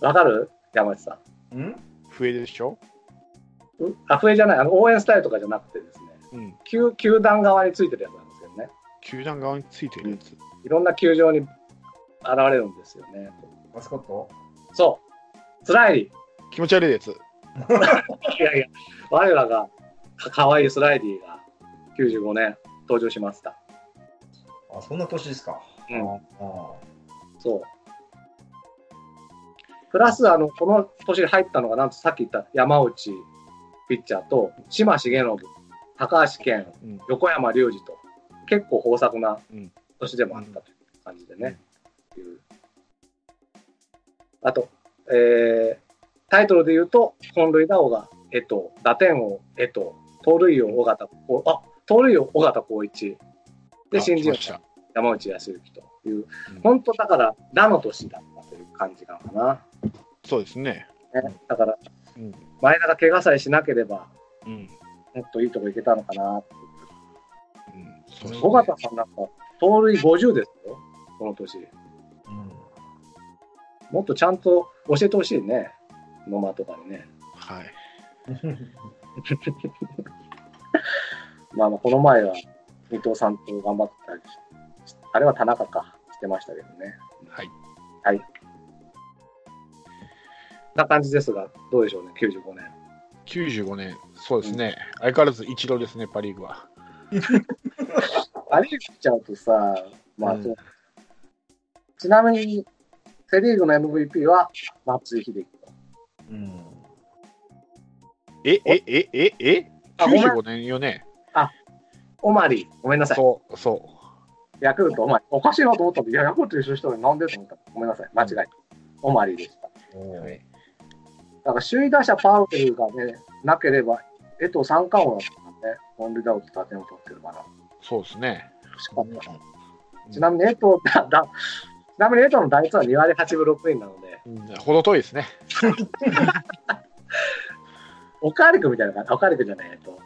[SPEAKER 1] わかる山内さ
[SPEAKER 3] うん。
[SPEAKER 2] 笛でしょ
[SPEAKER 1] ん。うあ、笛じゃない、あの応援スタイルとかじゃなくてですね、
[SPEAKER 2] うん。
[SPEAKER 1] 球球団側についてるやつなんですけどね、
[SPEAKER 2] 球団側についてるやつ。
[SPEAKER 1] いろんな球場に現れるんですよね。
[SPEAKER 3] マスコット。
[SPEAKER 1] そう、つらい、
[SPEAKER 2] 気持ち悪いやつ。
[SPEAKER 1] いやいや、我らがかかわいいスライディが95年登場しました。
[SPEAKER 3] あ、そんな年ですか。
[SPEAKER 1] うん
[SPEAKER 3] ああ
[SPEAKER 1] そう。プラス、あの、この年に入ったのが、なんとさっき言った山内ピッチャーと、島重信、高橋健、
[SPEAKER 2] うん
[SPEAKER 1] 横山隆二と、結構豊作な
[SPEAKER 2] うん
[SPEAKER 1] 年でもあったという感じでね。いうあと、えータイトルで言うと、本塁打王が江藤、打点王江藤、盗塁王尾形、こうあ盗塁王尾形光一、で、
[SPEAKER 2] あ
[SPEAKER 1] 新人
[SPEAKER 2] 来まし
[SPEAKER 1] 王
[SPEAKER 2] た
[SPEAKER 1] 山内康之という
[SPEAKER 2] うん、
[SPEAKER 1] 本当だから、ラの年だったという感じなのか
[SPEAKER 2] そうですね。
[SPEAKER 1] な。ね、だから、
[SPEAKER 2] うん
[SPEAKER 1] 前田が怪我さえしなければ、
[SPEAKER 2] うん。
[SPEAKER 1] もっといいとこ行けたのかな。
[SPEAKER 2] うんそうですね
[SPEAKER 1] 尾形さんなんか、盗塁50ですよ、この年。もっとちゃんと教えてほしいね、野間とかにね。
[SPEAKER 2] はい。
[SPEAKER 3] うん。
[SPEAKER 1] まあ、まあこの前は、伊藤さんと頑張ったりしあれは田中か、してましたけどね。
[SPEAKER 2] はい。
[SPEAKER 1] こんな感じですが、どうでしょうね、95年。
[SPEAKER 2] 95年、そうですね。相変わらず一郎ですね、パ・リーグは。
[SPEAKER 1] パ・リーグ来ちゃうとさ、まあ
[SPEAKER 2] うん
[SPEAKER 1] そうちなみに、セ・リーグの MVP は松井秀喜と。
[SPEAKER 3] うん。
[SPEAKER 2] え、え、え、え、え
[SPEAKER 1] あごめん
[SPEAKER 2] ?95 年よね。
[SPEAKER 1] オマリー、ごめんなさい。
[SPEAKER 2] そう、そう。
[SPEAKER 1] ヤクルト、オマリー。おかしいなと思ったんで、いやヤクルト優勝したのになんでと思った。ごめんなさい。間違えた。オマリーでした。
[SPEAKER 3] おー
[SPEAKER 1] だから首位打者パウエルがね、なければ、江藤三冠王だったんで、ね、本塁打王と打点を取ってるから。
[SPEAKER 2] そうですね。
[SPEAKER 1] しかったなちなみに江藤 だ、だ、ちなみに江藤の打率は2割8分6厘なので、
[SPEAKER 2] うんほど遠いですね。
[SPEAKER 1] おかわりくんみたいな感じ、おかわりくんじゃない、えっと、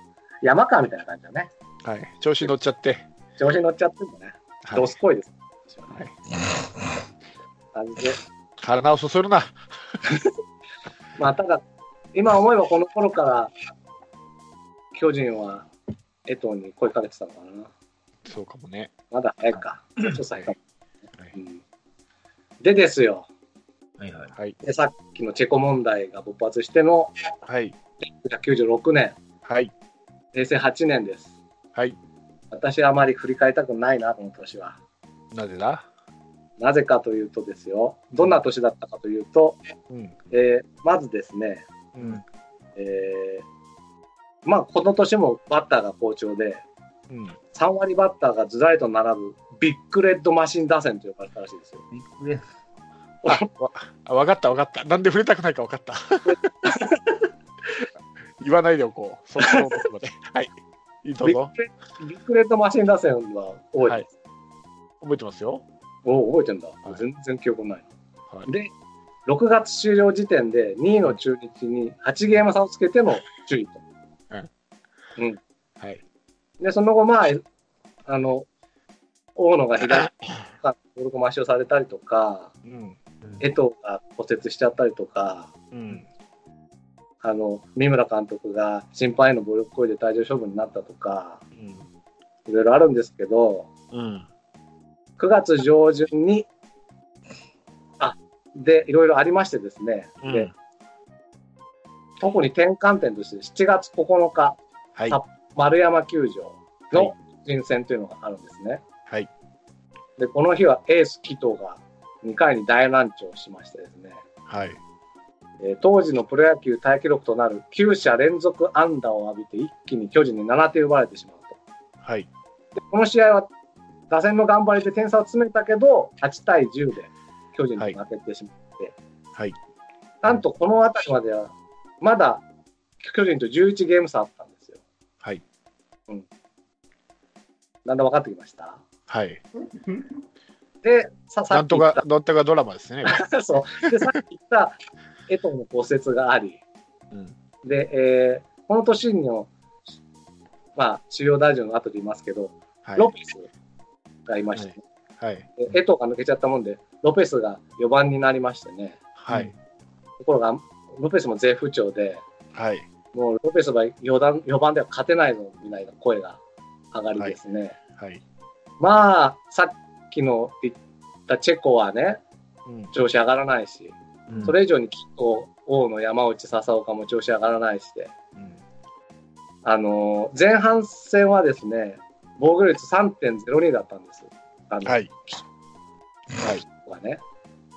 [SPEAKER 1] 山川みたいな感じだね。
[SPEAKER 2] はい。調子乗っちゃって。
[SPEAKER 1] 調子に乗っちゃってるんだね。
[SPEAKER 2] はい
[SPEAKER 1] どすこいです。
[SPEAKER 2] はい
[SPEAKER 1] 感じで。
[SPEAKER 2] 体をそそるな。
[SPEAKER 1] まあ、ただ、今思えばこの頃から、巨人は江藤に声かけてたのかな。
[SPEAKER 2] そうかもね。
[SPEAKER 1] まだ早いか。ちょっと先かも
[SPEAKER 2] はい
[SPEAKER 1] うんでですよ
[SPEAKER 3] はいはい。
[SPEAKER 2] はい。
[SPEAKER 1] で、さっきのチェコ問題が勃発しての
[SPEAKER 2] はい。
[SPEAKER 1] 1996年、
[SPEAKER 2] はい。
[SPEAKER 1] 平成8年です。
[SPEAKER 2] はい。
[SPEAKER 1] 私はあまり振り返りたくないな、この年は。
[SPEAKER 2] なぜだ
[SPEAKER 1] なぜかというとですよ、どんな年だったかというと、
[SPEAKER 2] うん。
[SPEAKER 1] えーまずですね、
[SPEAKER 2] うん。
[SPEAKER 1] えーまあ、この年もバッターが好調で、
[SPEAKER 2] うん。ビ
[SPEAKER 1] 3割バッターがずらりと並ぶビッグレッドマシン打線と呼ばれたらしいですよ。
[SPEAKER 3] ビッグレ
[SPEAKER 2] あ、わ、あわかったわかった。なんで触れたくないかわか った。言わないでおこう。そそのとこま で。はい。どう
[SPEAKER 1] ビッ
[SPEAKER 2] ぞ。
[SPEAKER 1] グレビッグレッドマシン打線は多いです。
[SPEAKER 2] はい覚えてますよ。
[SPEAKER 1] お覚えてんだ、
[SPEAKER 2] い
[SPEAKER 1] 全然記憶ないな、
[SPEAKER 2] はい
[SPEAKER 1] で6月終了時点で2位の中日に8ゲーム差をつけての首位と
[SPEAKER 2] はい。
[SPEAKER 1] でその後まああの大野が左からボルコマシをされたりとか
[SPEAKER 2] うん。
[SPEAKER 1] 江藤が骨折しちゃったりとか
[SPEAKER 2] うん。
[SPEAKER 1] あの三村監督が審判への暴力行為で退場処分になったとか
[SPEAKER 2] うん。
[SPEAKER 1] いろいろあるんですけど
[SPEAKER 2] うん。
[SPEAKER 1] 9月上旬にあでいろいろありましてですね、
[SPEAKER 2] う
[SPEAKER 1] で
[SPEAKER 2] ん。
[SPEAKER 1] 特に転換点として7月9日、
[SPEAKER 2] はい。
[SPEAKER 1] あ丸山球場の
[SPEAKER 2] は
[SPEAKER 1] 人選というのがあるんですね。
[SPEAKER 2] はい。
[SPEAKER 1] で、この日はエース紀藤が2回に大乱調しましてですね、
[SPEAKER 2] はい。
[SPEAKER 1] えー当時のプロ野球大記録となる9者連続安打を浴びて一気に巨人に7点奪われてしまうと。
[SPEAKER 2] はい。
[SPEAKER 1] でこの試合は打線の頑張りで点差を詰めたけど、8対10で巨人に負けてしまって、
[SPEAKER 2] はい。
[SPEAKER 1] なんとこの辺りまではまだ巨人と11ゲーム差あったんですよ。
[SPEAKER 2] はい。
[SPEAKER 1] なんだ分かってきました。
[SPEAKER 2] はい。
[SPEAKER 1] で、ささ
[SPEAKER 2] な
[SPEAKER 1] っ
[SPEAKER 2] ん
[SPEAKER 1] き
[SPEAKER 2] と
[SPEAKER 1] 言っ
[SPEAKER 2] か、なんとかドラマですね。
[SPEAKER 1] た、 そうでさっき言った江藤の骨折があり、
[SPEAKER 2] うん。
[SPEAKER 1] で、えーこの年の、まあ、主要大臣の後で言いますけど、
[SPEAKER 2] は
[SPEAKER 1] ロ
[SPEAKER 2] い。
[SPEAKER 1] ペスがいまして、
[SPEAKER 2] はい。
[SPEAKER 1] で江藤が抜けちゃったもんで、ロペスが4番になりましてね、
[SPEAKER 2] はい。
[SPEAKER 1] ところが、ロペスも絶不調で、
[SPEAKER 2] はい。
[SPEAKER 1] もうロペスは4番 ,4 番では勝てないぞみたいな声が上がりですね。
[SPEAKER 2] はい。
[SPEAKER 1] まあ、さっきの言ったチェコはね、
[SPEAKER 2] うん。
[SPEAKER 1] 調子上がらないし、
[SPEAKER 3] うん
[SPEAKER 1] それ以上にきっと王の山内笹岡も調子上がらないしで、
[SPEAKER 2] うん
[SPEAKER 1] あのー前半戦はですね、防御率3.02だったんです。あの
[SPEAKER 2] はい。はい。
[SPEAKER 1] がね。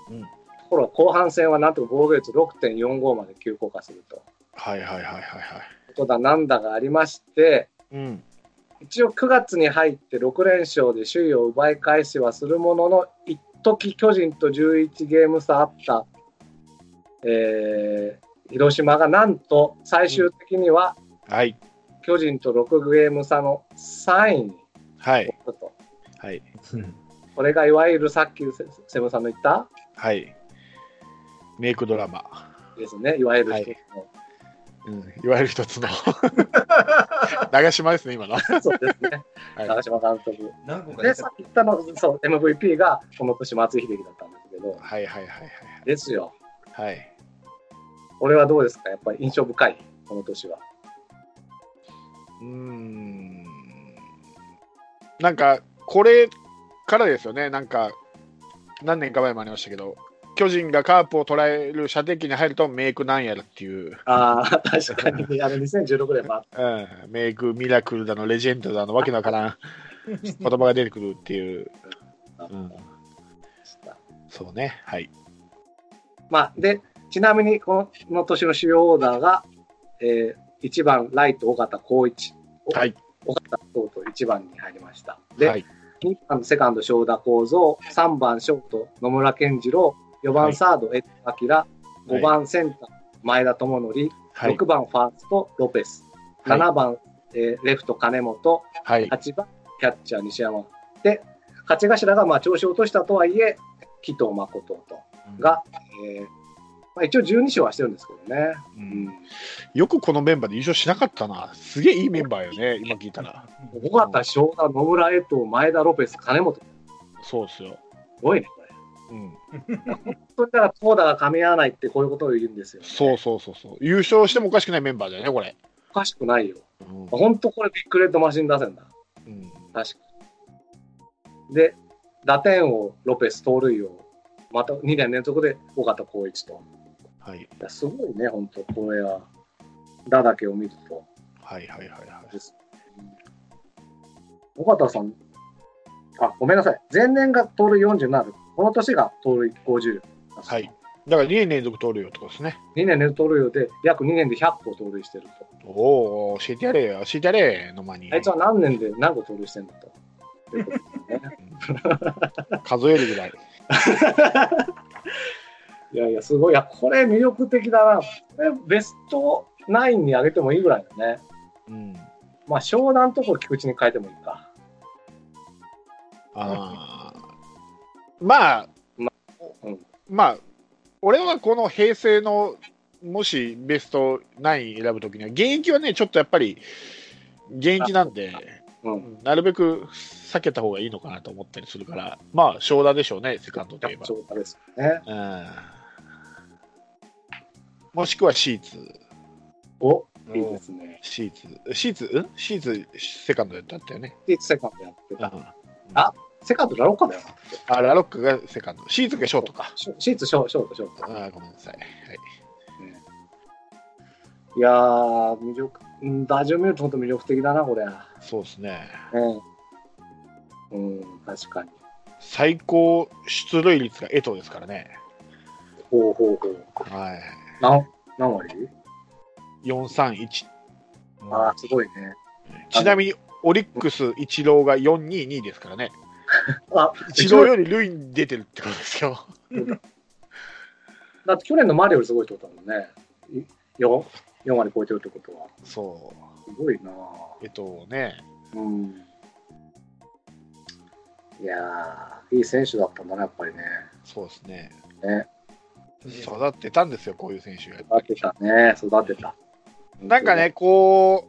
[SPEAKER 2] うん
[SPEAKER 1] ところが後半戦はなんと防御率6.45まで急降下すると。
[SPEAKER 2] はいはいはいはいはい。
[SPEAKER 1] ことだなんだがありまして、
[SPEAKER 2] うん。
[SPEAKER 1] 一応9月に入って6連勝で首位を奪い返しはするものの、一時巨人と11ゲーム差あった、えー広島がなんと最終的には
[SPEAKER 2] はい。
[SPEAKER 1] 巨人と6ゲーム差の3位に
[SPEAKER 2] はい。
[SPEAKER 1] 置くと。
[SPEAKER 2] はい。
[SPEAKER 3] うん
[SPEAKER 1] これがいわゆるさっきセセブンさんの言った
[SPEAKER 2] はい。メイクドラマ。
[SPEAKER 1] ですね、いわゆる一つの。
[SPEAKER 2] うん。いわゆる一つ の。長島ですね、今の。
[SPEAKER 1] そうですね、
[SPEAKER 2] はい
[SPEAKER 1] 長嶋監督。
[SPEAKER 3] 何個か
[SPEAKER 1] で、
[SPEAKER 3] 出
[SPEAKER 1] さ
[SPEAKER 3] た
[SPEAKER 1] っき言ったの、そう、MVP がこの年、松井秀喜だったんですけど、
[SPEAKER 2] はいはいはい
[SPEAKER 1] ですよ、
[SPEAKER 2] はい。はい。
[SPEAKER 1] これはどうですか、やっぱり印象深い、この年は。
[SPEAKER 2] うーん。なんか、これからですよね。なんか、何年か前もありましたけど、巨人がカープを捉える射的に入るとメイクなんやらっていう、
[SPEAKER 1] ああ、確かに、あの2016年もあっ
[SPEAKER 2] うん、メイクミラクルだの、レジェンドだの、わけのわから ん言葉が出てくるっていう。
[SPEAKER 1] た
[SPEAKER 2] うん
[SPEAKER 1] した。
[SPEAKER 2] そうね。はい。
[SPEAKER 1] まあ、で、ちなみにこの、この年の主要オーダーが、えー、1番、ライト、尾形光一。
[SPEAKER 2] はい。
[SPEAKER 1] 尾形とうとう1番に入りました。で、
[SPEAKER 2] はい。
[SPEAKER 1] 2番セカンド正田幸三3番ショート野村健次郎4
[SPEAKER 2] は
[SPEAKER 1] 番
[SPEAKER 2] い
[SPEAKER 1] サード江戸明
[SPEAKER 2] はい
[SPEAKER 1] 5番センター前田智則、
[SPEAKER 2] はい
[SPEAKER 1] 6。番ファーストロペス
[SPEAKER 2] はい
[SPEAKER 1] 7番、えーレフト金本
[SPEAKER 2] はい。
[SPEAKER 1] 8番キャッチャー西山で勝ち頭がまあ調子を落としたとはいえ紀藤誠とが、えーまあ、一応12勝はしてるんですけどね、
[SPEAKER 2] うんよくこのメンバーで優勝しなかったな。すげえいいメンバーよ ね、今聞いたら。
[SPEAKER 1] 尾形正田野村江藤前田ロペス金本す
[SPEAKER 2] そうっすよ。
[SPEAKER 1] ごいねこれ
[SPEAKER 2] うん。
[SPEAKER 1] 本当にだから投打が噛み合わないってこういうことを言うんですよ、ね、
[SPEAKER 2] そうそうそうそう。優勝してもおかしくないメンバーだよね、これ。
[SPEAKER 1] おかしくないよ。
[SPEAKER 2] うん。
[SPEAKER 1] 本当これビッグレッドマシン打線だ。
[SPEAKER 2] うん
[SPEAKER 1] 確かに。で、打点王、ロペス、盗塁王、また2年連続で尾形光一と。
[SPEAKER 2] はい。
[SPEAKER 1] いやすごいね、本当これは。打だけを見ると。
[SPEAKER 2] はいはいはいは
[SPEAKER 1] です尾形さん、あ、ごめんなさい。前年が盗塁47、この年が盗塁50。
[SPEAKER 2] い。はい。だから2年連続盗塁王ってことですね。
[SPEAKER 1] 2年連続盗塁王で、約2年で100個盗塁してると。
[SPEAKER 2] おお、教えてやれよ、教えてやれ、の間に
[SPEAKER 1] あ。いつは何年で何個盗塁してんだと。ということですね
[SPEAKER 2] 数えるぐらい。
[SPEAKER 1] いやいや、すごい。いや、これ魅力的だな。これベスト9に上げてもいいぐらいだね。
[SPEAKER 2] うん。
[SPEAKER 1] まあ、湘南とこ菊池に変えてもいいか。
[SPEAKER 2] あーまあ、
[SPEAKER 1] まうん
[SPEAKER 2] まあ、俺はこの平成の、もしベスト9選ぶときには、現役はね、ちょっとやっぱり、現役なんで、
[SPEAKER 1] うん。
[SPEAKER 2] なるべく避けた方がいいのかなと思ったりするから、まあ、正田でしょうね、セカンドといえば。
[SPEAKER 1] そうだですよね。
[SPEAKER 2] うんもしくはシーツ、
[SPEAKER 1] お、
[SPEAKER 3] うん
[SPEAKER 1] いいですね。
[SPEAKER 2] シーツ、シーツ、んシーツ、セカンドだったよね。
[SPEAKER 1] で、セカンドやって
[SPEAKER 2] う
[SPEAKER 1] た。
[SPEAKER 2] ん
[SPEAKER 1] セカンドラロッカだよな。
[SPEAKER 2] あ、ラロックがセカンド。シーズがショートか。
[SPEAKER 1] ショシーツ、ショーショート、ショート。
[SPEAKER 2] あごめんなさい。
[SPEAKER 1] いやー、魅力、うん、打順見ると本当魅力的だな、これ。
[SPEAKER 2] そうですね。
[SPEAKER 1] うん。うん、確かに。
[SPEAKER 2] 最高出塁率が江藤ですからね。
[SPEAKER 1] ほうほうほう。
[SPEAKER 2] は
[SPEAKER 1] 何、何割
[SPEAKER 2] い。431。
[SPEAKER 1] ああ、すごいね。
[SPEAKER 2] ちなみに、オリックス、イチローが422ですからね。
[SPEAKER 1] あ、
[SPEAKER 2] イチローより塁に出てるってことですよ。
[SPEAKER 1] だって去年のマリオよりすごいってことだもんね。4, 4割超えてるってことは。
[SPEAKER 2] そ
[SPEAKER 1] すごいなぁ
[SPEAKER 2] う。江藤ね。
[SPEAKER 1] うん。いやー、いい選手だったんだな、やっぱりね。
[SPEAKER 2] そうですね。
[SPEAKER 1] ね
[SPEAKER 3] そう
[SPEAKER 2] 育ってたんですよ、こういう選手が。
[SPEAKER 1] 育てたね、育てた。
[SPEAKER 2] なんかね、、こ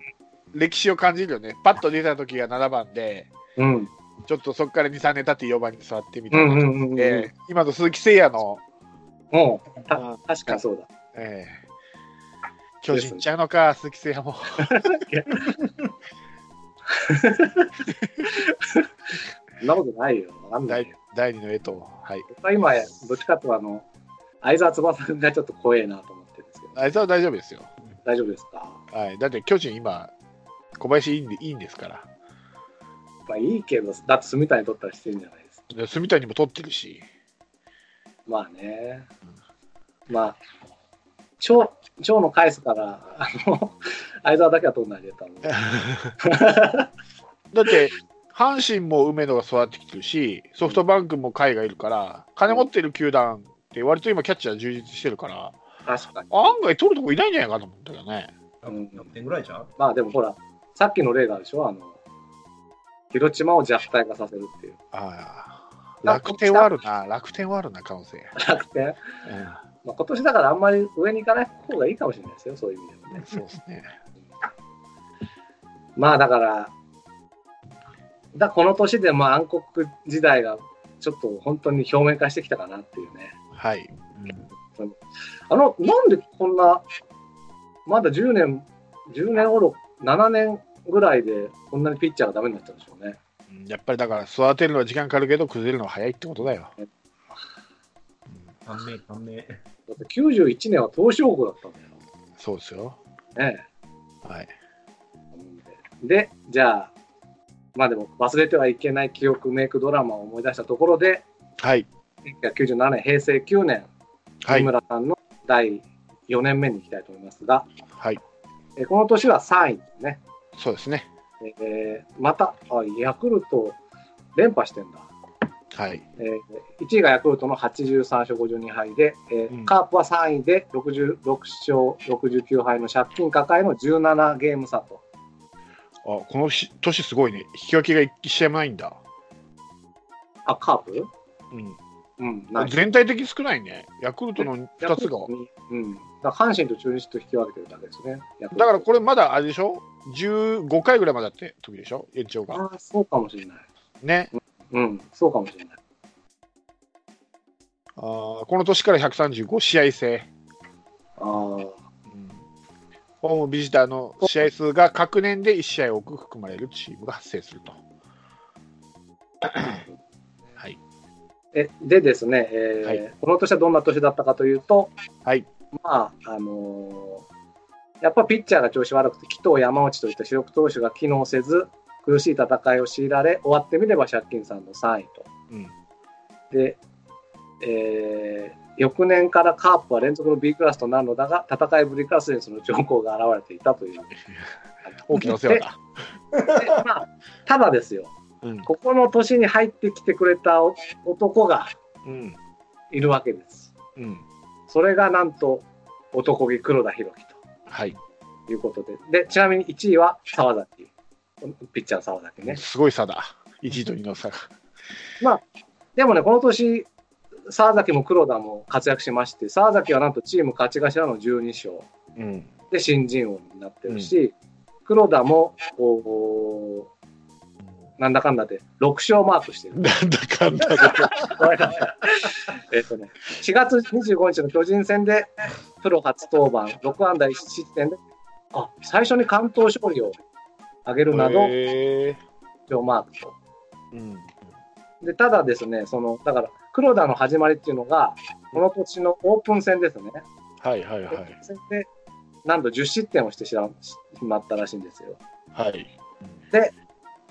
[SPEAKER 2] う、歴史を感じるよね。パッと出た時が7番で、
[SPEAKER 1] うん。
[SPEAKER 2] ちょっとそこから2、3年経って4番に座ってみたいな。
[SPEAKER 1] うんうんうんうん
[SPEAKER 2] えー今の鈴木誠也の、
[SPEAKER 1] もう、た
[SPEAKER 2] うん
[SPEAKER 1] 確かにそうだ。
[SPEAKER 2] えー巨人行っちゃうのか、鈴木誠也も。
[SPEAKER 1] そんなことないよ。わかんない
[SPEAKER 2] 第
[SPEAKER 1] よ。
[SPEAKER 2] 第二の江藤。はい。
[SPEAKER 1] 僕は今、どっちかっていうと、あの、相沢翼がちょっと怖えなと思ってるんです
[SPEAKER 2] あいつは大丈夫ですよ。
[SPEAKER 1] 大丈夫ですか
[SPEAKER 2] はい、だって巨人今、小林いいんでいいんですから。
[SPEAKER 1] まあいいけど、だって住谷に取ったりしてるんじゃないですか。
[SPEAKER 2] で住谷にも取ってるし、
[SPEAKER 1] まあね。まあ、蝶、蝶の返すから、あの、 相沢だけは取んないでたので。
[SPEAKER 2] だって阪神も梅野が育ってきてるし、ソフトバンクも海がいるから、金持ってる球団って、割と今、キャッチャー充実してるから、
[SPEAKER 1] 確かに。
[SPEAKER 2] 案外取るとこいないんじゃないかと思ったけどね。
[SPEAKER 1] うん
[SPEAKER 3] 100点ぐらいじゃん
[SPEAKER 1] まあでもほら、さっきの例があるでしょあの、広島を弱体化させるっていう。
[SPEAKER 2] ああ楽天はあるな、楽天はあるな、可能性。
[SPEAKER 1] 楽天。
[SPEAKER 2] うん
[SPEAKER 1] まあ今年だからあんまり上に行かない方がいいかもしれないですよ、そういう意味でもね。
[SPEAKER 2] そうですね。
[SPEAKER 1] まあだから、だこの年でまあ暗黒時代がちょっと本当に表面化してきたかなっていうね。
[SPEAKER 2] はい。
[SPEAKER 1] あの、なんでこんな、まだ10年、10年おろ、7年ぐらいでこんなにピッチャーがダメになっちゃうんでしょうね。
[SPEAKER 2] うんやっぱりだから、育てるのは時間かかるけど、崩れるのは早いってことだよ。
[SPEAKER 3] 短命短命
[SPEAKER 1] だって91年は投手王国だったんだよ。
[SPEAKER 2] そうですよ。
[SPEAKER 1] ねえ。
[SPEAKER 2] はい。
[SPEAKER 1] で、じゃあ、まあでも忘れてはいけない記憶メイクドラマを思い出したところで、
[SPEAKER 2] はい。
[SPEAKER 1] 1997年、平成9年、
[SPEAKER 2] は
[SPEAKER 1] 井
[SPEAKER 2] い。
[SPEAKER 1] 村さんの第4年目に行きたいと思いますが、
[SPEAKER 2] はい。
[SPEAKER 1] えーこの年は3位ですね。
[SPEAKER 2] そうですね。
[SPEAKER 1] えーまたあ、ヤクルト連覇してんだ。
[SPEAKER 2] はい。
[SPEAKER 1] えー1位がヤクルトの83勝52敗で、えー
[SPEAKER 2] うん
[SPEAKER 1] カープは3位で66勝69敗の借金抱えの17ゲーム差と。
[SPEAKER 2] あ、このし年すごいね。引き分けが一試合もないんだ。
[SPEAKER 1] あ、カープ
[SPEAKER 2] うん。
[SPEAKER 1] うん、ない
[SPEAKER 2] 全体的に少ないね。ヤクルトの2つが。
[SPEAKER 1] うん、だから阪神と中日と引き分けてるだけですね。だ
[SPEAKER 2] だからこれまだあれでしょ ?15 回ぐらいまであって時でしょ延長が。
[SPEAKER 1] あーそうかもしれない。
[SPEAKER 2] ね。
[SPEAKER 1] うん、そうかもしれない。
[SPEAKER 2] あーこの年から135試合制。
[SPEAKER 1] あ
[SPEAKER 2] うんホームビジターの試合数が各年で1試合多く含まれるチームが発生すると。 はい。
[SPEAKER 1] ーえでですね、えー
[SPEAKER 2] はい
[SPEAKER 1] この年はどんな年だったかというと、
[SPEAKER 2] はい。
[SPEAKER 1] まあ、あのーやっぱピッチャーが調子悪くて、紀藤、山内といった主力投手が機能せず、苦しい戦いを強いられ、終わってみれば借金さんの3位と。
[SPEAKER 2] うん。
[SPEAKER 1] で、えー翌年からカープは連続の B クラスとなるのだが、戦いぶりからすでにその兆候が現れていたという。
[SPEAKER 2] 大きなお世話だ。
[SPEAKER 1] でまあ、ただですよ、
[SPEAKER 2] うん。
[SPEAKER 1] ここの年に入ってきてくれたお男が
[SPEAKER 2] うん。
[SPEAKER 1] いるわけです。
[SPEAKER 2] うん。
[SPEAKER 1] それがなんと男気黒田博樹
[SPEAKER 2] はい。
[SPEAKER 1] ということで、でちなみに1位は沢崎、ピッチャーの沢崎ね。
[SPEAKER 2] すごい差だ。1位と2位の差が。
[SPEAKER 1] でもね、この年、沢崎も黒田も活躍しまして、沢崎はなんとチーム勝ち頭の12勝
[SPEAKER 2] うん。
[SPEAKER 1] で新人王になってるし、黒田もこうなんだかんだで6勝マークしてる。
[SPEAKER 2] なんだかんだで。
[SPEAKER 1] ごめんなさいえっとね、4月25日の巨人戦でプロ初登板、6安打1失点で、あ最初に完投勝利を挙 げるなど、
[SPEAKER 2] へ
[SPEAKER 1] 一応マークと。
[SPEAKER 2] ーうん。
[SPEAKER 1] でただですね、そのだから黒田の始まりっていうのが、この年のオープン戦ですね、
[SPEAKER 2] はいはいは
[SPEAKER 1] オープ
[SPEAKER 2] い。
[SPEAKER 1] ン戦でなんと10失点をしてしましまったらしいんですよ。
[SPEAKER 2] はい。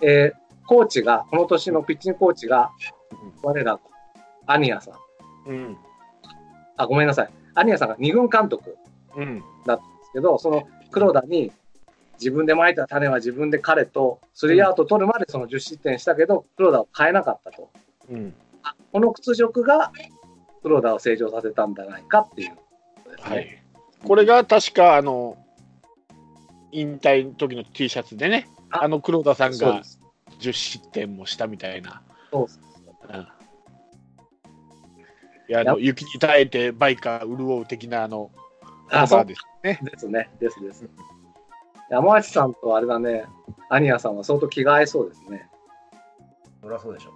[SPEAKER 1] えーコーチが、この年のピッチングコーチが
[SPEAKER 2] うん、
[SPEAKER 1] 我らがアニアさん、
[SPEAKER 2] うん。
[SPEAKER 1] あ、ごめんなさい、アニアさんが2軍監督。
[SPEAKER 2] うん。
[SPEAKER 1] けど、その黒田に自分でまいた種は自分で彼とスリーアウト取るまでその10失点したけど、黒田を変えなかったと。
[SPEAKER 2] うん。
[SPEAKER 1] この屈辱が黒田を成長させたんじゃないかっていうことですね。
[SPEAKER 2] はい。これが確か、あの、引退の時の T シャツでね、
[SPEAKER 1] あ
[SPEAKER 2] あの黒田さん
[SPEAKER 1] そう
[SPEAKER 2] が
[SPEAKER 1] です。
[SPEAKER 2] 10失点もしたみたいな。
[SPEAKER 1] そうそうそう
[SPEAKER 2] うんいやあの雪に耐えてバイカー潤う的なあの
[SPEAKER 1] あ、
[SPEAKER 2] カ
[SPEAKER 1] そ
[SPEAKER 2] バー
[SPEAKER 1] う
[SPEAKER 2] です
[SPEAKER 1] ですね。ですです。山内さんとあれだね、アニアさんは相当気が合いそうですね。
[SPEAKER 3] そりゃそうでしょ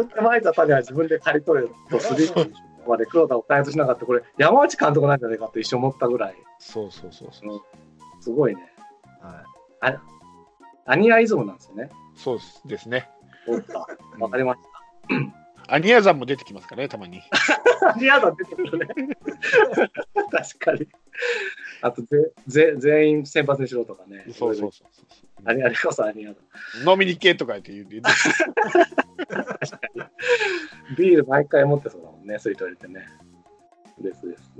[SPEAKER 1] 自分でまいた種は自分で刈り取れとスリーアウトまで黒田を開発しなかった、これ山内監督なんじゃないかと一瞬思ったぐらい、
[SPEAKER 2] そうそうそうそう
[SPEAKER 1] すごいね。
[SPEAKER 3] は
[SPEAKER 1] アニアイズムなんですよ ね。
[SPEAKER 2] そうですね
[SPEAKER 1] そうかわかりまし
[SPEAKER 2] アニヤさんも出てきますからねたまに
[SPEAKER 1] た。アニアだ出てくるね。確かに。あとぜぜ、全員先発にしろとかね。
[SPEAKER 2] そうそうそう
[SPEAKER 1] あれ、あれこそあれやだ。
[SPEAKER 2] そう。飲みに行けとか言って言うて、
[SPEAKER 1] ビール毎回持ってそうだもんね、水筒入れてね。ですです。